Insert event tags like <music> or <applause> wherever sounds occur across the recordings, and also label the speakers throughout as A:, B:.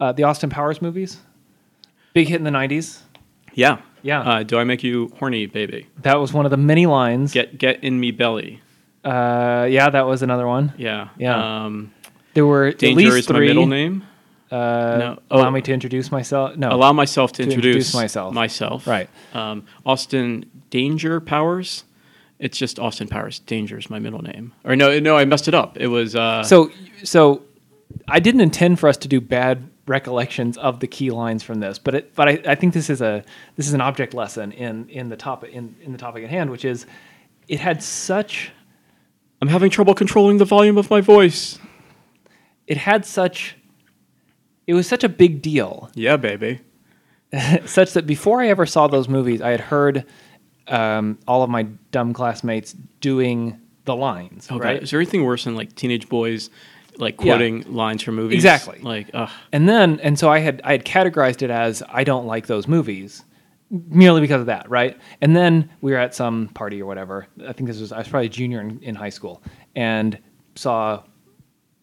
A: uh, the Austin Powers movies. Big hit in the 90s.
B: Yeah.
A: Yeah.
B: Uh, do I make you horny, baby?
A: That was one of the many lines.
B: Get get in me belly.
A: Uh, yeah, that was another one.
B: Yeah.
A: Yeah.
B: Um,
A: There were at
B: danger
A: least
B: is
A: three.
B: my middle name.
A: Uh,
B: No.
A: Allow
B: Oh.
A: me to introduce myself. No.
B: Allow myself to,
A: To
B: introduce,
A: introduce myself.
B: Myself.
A: Right.
B: Um, Austin Danger Powers. It's just Austin Powers. Danger is my middle name. Or no, no, I messed it up. It was uh,
A: so, so I didn't intend for us to do bad recollections of the key lines from this, but it, but I, I think this is a this is an object lesson in in the topic in, in the topic at hand, which is it had such
B: I'm having trouble controlling the volume of my voice.
A: it had such it was such a big deal
B: Yeah, baby.
A: <laughs> such that before I ever saw those movies, I had heard um, all of my dumb classmates doing the lines,
B: Oh, God.
A: right?
B: Is there anything worse than like teenage boys like
A: Yeah.
B: quoting lines from movies?
A: Exactly.
B: Like, ugh.
A: And then, and so I had I had categorized it as I don't like those movies, merely because of that, right? And then we were at some party or whatever. I think this was I was probably a junior in, in high school and saw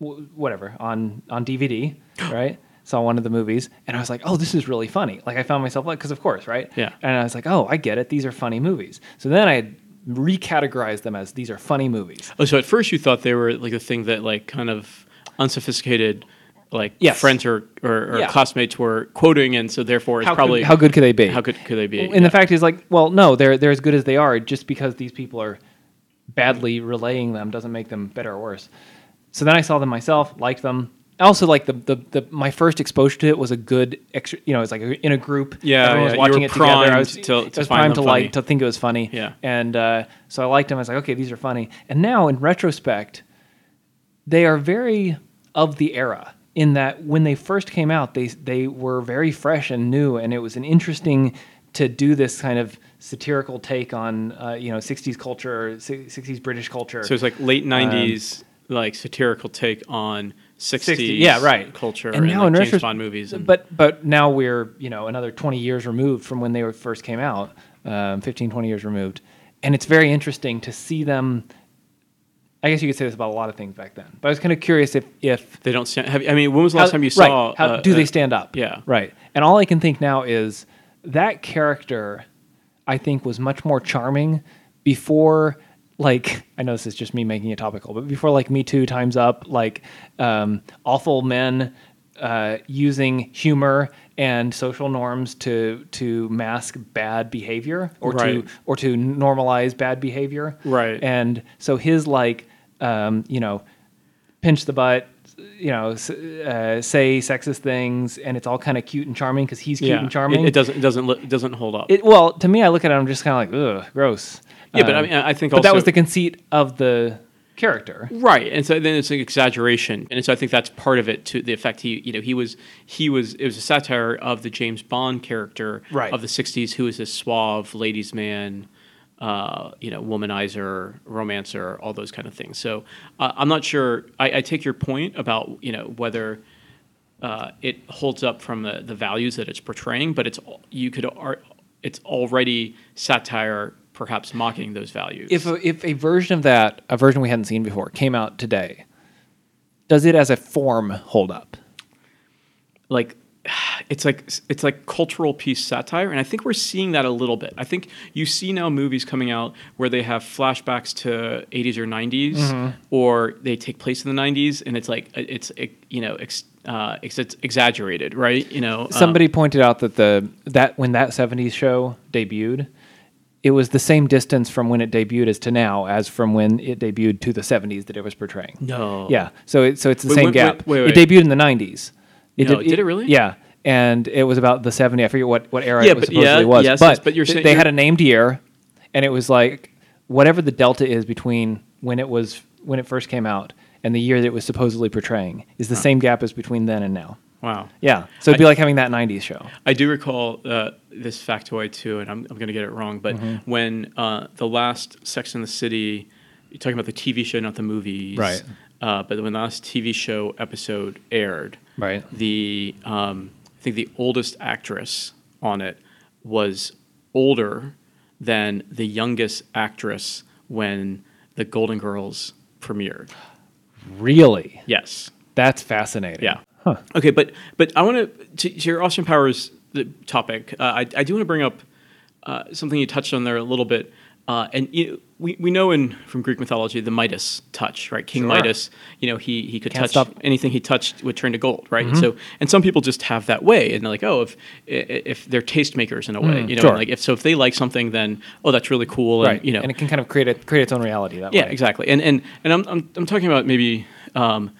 A: w- whatever on on DVD, right? Saw one of the movies and I was like, oh, this is really funny. Like I found myself like, because of course, right?
B: Yeah.
A: And I was like, oh, I get it. These are funny movies. So then I had recategorized them as these are funny movies.
B: Oh, so at first you thought they were like the thing that like kind of unsophisticated like
A: Yes.
B: friends or, or, or
A: Yeah.
B: classmates were quoting, and so therefore it's
A: How
B: probably
A: could, how good could they be?
B: how good could they be?
A: And the fact is, like, well, no, they're they're as good as they are. Just because these people are badly relaying them doesn't make them better or worse. So then I saw them myself, liked them. I Also, like the the, the my first exposure to it was a good, extra, you know, it's like in a group.
B: Yeah,
A: everyone was
B: yeah, you
A: watching
B: were
A: it together. I
B: primed
A: was,
B: to- to
A: I was
B: find
A: primed to
B: them funny.
A: like to think it was funny.
B: Yeah.
A: and uh, so I liked them. I was like, okay, these are funny. And now in retrospect, they are very of the era in that when they first came out, they they were very fresh and new, and it was an interesting to do this kind of satirical take on uh, you know 60s culture, si- 60s British culture.
B: so it's like
A: Um,
B: late '90s like satirical take on '60s
A: 60s, yeah, right.
B: culture
A: And
B: and,
A: now
B: like,
A: in
B: James
A: retros-
B: Bond movies. And,
A: but but now we're you know another 20 years removed from when they were, first came out, um, 15 20 years removed, and it's very interesting to see them. I guess you could say this about a lot of things back then, but I was kind of curious if if
B: they don't stand. Have, I mean, when was the last
A: How-
B: time you
A: right,
B: saw?
A: How
B: uh,
A: do they
B: uh,
A: stand up?
B: yeah.
A: right. And all I can think now is that character, I think, was much more charming before. Like I know this is just me making it topical, but before like Me Too, Times Up, like um, awful men uh, using humor and social norms to to mask bad behavior or
B: Right.
A: to or to normalize bad behavior.
B: Right.
A: And so his like, um, you know, pinch the butt, you know, s- uh, say sexist things, and it's all kind of cute and charming because he's cute
B: yeah,
A: and charming.
B: It, it doesn't it doesn't li- it doesn't hold up.
A: It- well, to me, I look at it, I'm just kind of like, ugh, gross.
B: yeah, but I
A: Um,
B: mean, I I think
A: but
B: also
A: that was the conceit of the character.
B: Right, and so then it's an exaggeration, and so I think that's part of it to the effect he, you know, he was he was it was a satire of the James Bond character
A: Right.
B: of the '60s, who is this suave ladies' man, uh, you know, womanizer, romancer, all those kind of things. So uh, I'm not sure. I, I take your point about you know whether uh, it holds up from the, the values that it's portraying, but it's al- you could ar- it's already satire, perhaps mocking those values.
A: If a, if a version of that, a version we hadn't seen before, came out today, does it as a form hold up?
B: like <sighs> it's like it's like cultural piece satire and i think we're seeing that a little bit i think you see now movies coming out where they have flashbacks to 80s or 90s
A: Mm-hmm.
B: or they take place in the 90s and it's like it's you know ex, uh, ex, it's exaggerated right you know um,
A: Somebody pointed out that the that when that '70s show debuted, it was the same distance from when it debuted as to now as from when it debuted to the '70s that it was portraying.
B: No.
A: Yeah. So it, so it's the
B: Oh. Wait,
A: same
B: wait,
A: gap.
B: wait, wait,
A: It debuted in the '90s.
B: No, did it really?
A: Yeah. And it was about the '70s. I forget what what era
B: Yeah,
A: it was
B: but yeah,
A: supposedly was.
B: yes, yes,
A: but
B: but you're
A: th-
B: saying-
A: they
B: you're-
A: had a named year, and it was like whatever the delta is between when it was when it first came out and the year that it was supposedly portraying is the same gap as between then and now.
B: wow
A: Yeah. So it'd be like having that 90s show.
B: I do recall uh, this factoid too, and I'm, I'm going to get it wrong, but
A: Mm-hmm.
B: when uh, the last Sex in the City, you're talking about the TV show, not the movies,
A: Right.
B: Uh, but when the last TV show episode aired,
A: Right.
B: the um, I think the oldest actress on it was older than the youngest actress when the Golden Girls premiered.
A: Really?
B: Yes.
A: That's fascinating.
B: Yeah. Okay, but but I want to to your Austin Powers the topic. Uh, I I do want to bring up uh, something you touched on there a little bit, uh, and you, we we know in from Greek mythology the Midas touch, right? King
A: Sure.
B: Midas, you know, he he could
A: Can't
B: touch
A: stop. Mm-hmm.
B: anything he touched would turn to gold, right? And so and some people just have that way, and they're like, oh, if i- i- if they're tastemakers in a way, you know,
A: Mm-hmm. sure.
B: and like if so if they like something, then oh, that's really cool, and
A: right.
B: you know,
A: and it can kind of create a, create its own reality that
B: yeah,
A: way.
B: exactly. And and and I'm I'm, I'm talking about maybe. Um,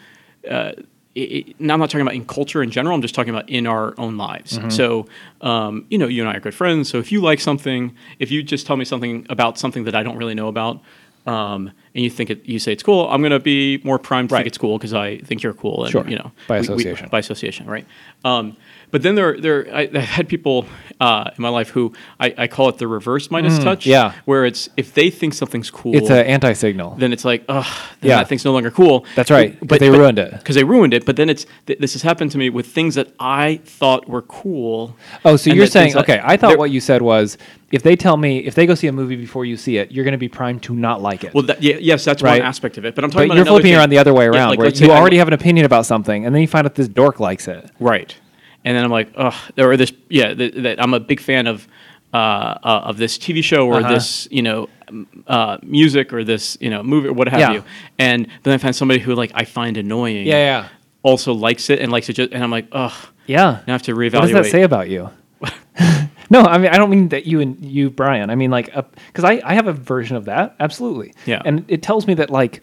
B: uh, it, it, now I'm not talking about in culture in general. I'm just talking about in our own lives.
A: Mm-hmm.
B: So, um, you know, you and I are good friends. So if you like something, if you just tell me something about something that I don't really know about, um, and you think it, you say it's cool, I'm gonna be more primed to
A: Right.
B: think it's cool because I think you're cool. And,
A: Sure.
B: You know,
A: By
B: we- we-
A: association.
B: by association, right? Um, but then there, there, I, I've had people uh, in my life who I, I call it the reverse Midas touch.
A: Mm, yeah.
B: Where it's if they think something's cool,
A: It's an anti signal.
B: then it's like, ugh, then
A: Yeah.
B: that thing's no longer cool.
A: That's right, 'cause they ruined it.
B: Because they ruined it. But then it's th- this has happened to me with things that I thought were cool.
A: Oh, so
B: and
A: you're
B: that things
A: saying
B: that-
A: okay? I thought
B: they're-
A: what you said was if they tell me if they go see a movie before you see it, you're going to be primed to not like it.
B: Well, that, yeah, yes, that's
A: Right.
B: one aspect of it. But I'm talking
A: but
B: about
A: you're
B: another
A: flipping
B: thing.
A: around the other way
B: Yeah,
A: around,
B: like,
A: where
B: let's say
A: you
B: I-
A: already have an opinion about something, and then you find out this dork likes it.
B: Right. And then I'm like, ugh, or this, yeah, th- that I'm a big fan of, uh, uh, of this TV show or
A: Uh-huh.
B: this, you know, m- uh, music or this, you know, movie or what have
A: Yeah.
B: you. And then I find somebody who like I find annoying.
A: Yeah, yeah.
B: Also likes it and likes it, just, and I'm like, ugh.
A: Yeah.
B: Now I have to reevaluate.
A: What does that say about you? <laughs> no, I mean I don't mean that you and you, Brian. I mean like because I I have a version of that absolutely.
B: Yeah.
A: And it tells me that like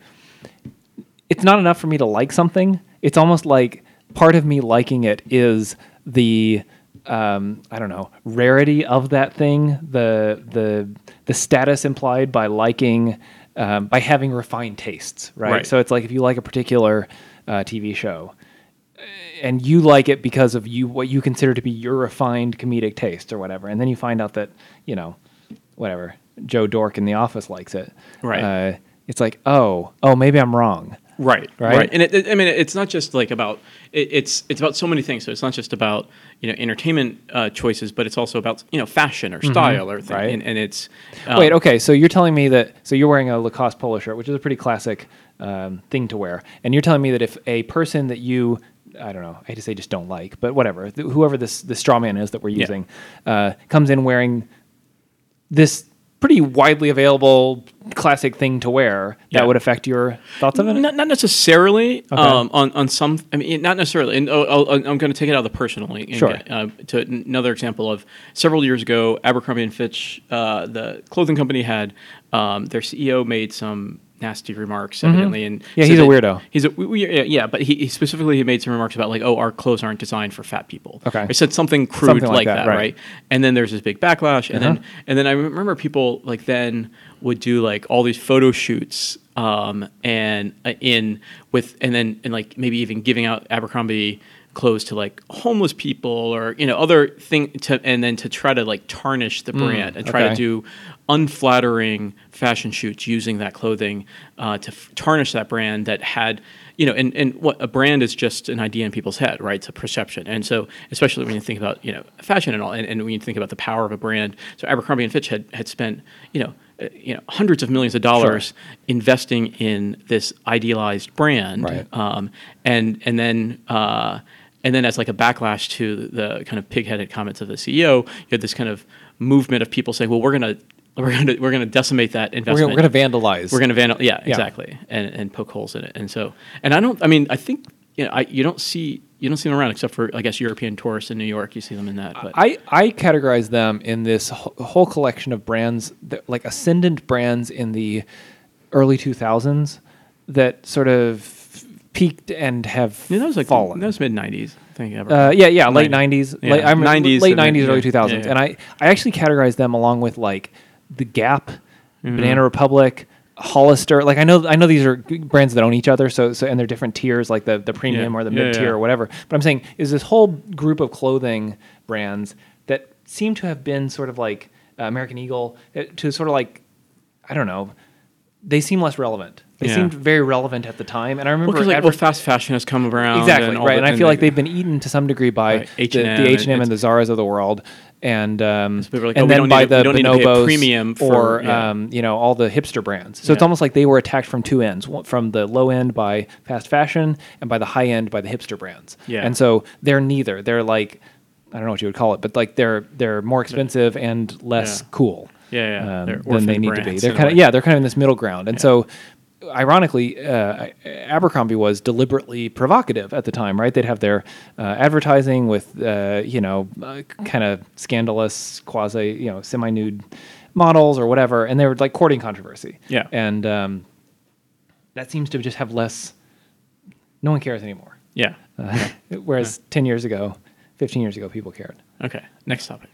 A: it's not enough for me to like something. It's almost like part of me liking it is the um, I don't know rarity of that thing, the the the status implied by liking um, by having refined tastes, right?
B: Right.
A: So it's like if you like a particular uh, TV show, and you like it because of you what you consider to be your refined comedic taste or whatever and then you find out that you know whatever joe dork in the office likes it
B: Right.
A: uh, it's like oh oh maybe i'm wrong
B: Right,
A: Right?
B: right, And it, it- I mean, it's not just like about it, it's it's about so many things. So it's not just about you know entertainment uh, choices, but it's also about you know fashion or style or thing.
A: Mm-hmm. right.
B: And, and it's um,
A: wait okay so you're telling me that so you're wearing a lacoste polo shirt which is a pretty classic um, thing to wear and you're telling me that if a person that you i don't know i hate to say just don't like but whatever th- whoever this this straw man is that we're
B: Yeah.
A: using uh, comes in wearing this pretty widely available classic thing to wear that
B: Yeah.
A: would affect your thoughts of it
B: Not, not necessarily um, on on some. I mean, not necessarily. And oh, I'll, I'm going to take it out of the personally. and
A: Sure.
B: get, uh, to an- another example of several years ago, Abercrombie and Fitch, uh, the clothing company, had um, their CEO made some nasty remarks, evidently. And
A: Mm-hmm. Yeah,
B: said
A: he's a
B: that-
A: weirdo.
B: He's a we, we, yeah, yeah, but he, he specifically he made some remarks about like, oh, our clothes aren't designed for fat people.
A: Okay.
B: or said something crude
A: Something
B: like, that, right? And then there's this big backlash, and then and then I remember people like then would do like all these photo shoots, um, and uh, in with and then and like maybe even giving out Abercrombie clothes to like homeless people or you know other thing to and then to try to like tarnish the brand and try
A: okay.
B: to do unflattering fashion shoots using that clothing uh, to f- tarnish that brand that had you know and, and what a brand is just an idea in people's head right it's a perception and so especially when you think about you know fashion and all and, and when you think about the power of a brand so abercrombie and fitch had, had spent you know uh, you know hundreds of millions of dollars investing in this idealized brand
A: Right.
B: um, and and then uh, and then as like a backlash to the kind of pig-headed comments of the CEO, you had this kind of movement of people saying, "Well, we're gonna we're gonna we're gonna decimate that
A: We're,
B: investment.
A: we're going to vandalize.
B: we're gonna vandal- yeah, exactly, and and poke holes in it." And so, and I don't, I mean, I think you know, I you don't see you don't see them around except for I guess European tourists in New York. You see them in that, but
A: I, I categorize them in this wh- whole collection of brands, that, like ascendant brands in the early 2000s that sort of peaked and have
B: Yeah, that was like
A: fallen.
B: that was mid '90s. I think ever.
A: Uh, yeah, yeah, late nineties,
B: Yeah.
A: late, I'm
B: 90s
A: late
B: and then-
A: nineties, early
B: yeah,
A: two thousands,
B: yeah, yeah.
A: and I, I actually categorize them along with like the Gap,
B: Mm-hmm.
A: Banana Republic, Hollister. Like I know, I know these are g- brands that own each other, so, so and they're different tiers, like the the premium
B: Yeah.
A: or the
B: Yeah,
A: mid tier
B: yeah.
A: or whatever. But I'm saying is this whole group of clothing brands that seem to have been sort of like uh, American Eagle uh, to sort of like, I don't know, they seem less relevant. They
B: Yeah.
A: seemed very relevant at the time, and I remember
B: Well, 'cause, like,
A: adver-
B: well, fast fashion has come around.
A: exactly
B: and all
A: right.
B: the-
A: and I feel like they've been eaten to some degree by
B: Right,
A: the-
B: H&M,
A: the
B: and
A: H and M
B: it's-
A: and the Zaras of the world, and um,
B: people are like,
A: and
B: "Oh, we
A: then
B: don't
A: by
B: need to-
A: the
B: we don't need to pay a
A: bonobos
B: premium for-
A: or
B: yeah.
A: um, you know all the hipster brands. So it's
B: Yeah.
A: almost like they were attacked from two ends: one- from the low end by fast fashion, and by the high end by the hipster brands.
B: Yeah.
A: And so they're neither. They're like I don't know what you would call it, but like they're they're more expensive and less
B: Yeah.
A: cool
B: Yeah, yeah.
A: um,
B: They're
A: than they
B: orphan
A: need to be.
B: brands
A: They're
B: in a
A: kind of
B: way.
A: yeah, they're kind of in this middle ground, and so ironically, uh, Abercrombie was deliberately provocative at the time, right? They'd have their uh, advertising with uh, you know uh, kind of scandalous, quasi you know semi nude models or whatever, and they were like courting controversy.
B: Yeah.
A: and um, that seems to just have less. No one cares anymore.
B: yeah.
A: Uh, whereas ten years ago, fifteen years ago, people cared.
B: Okay. Next topic.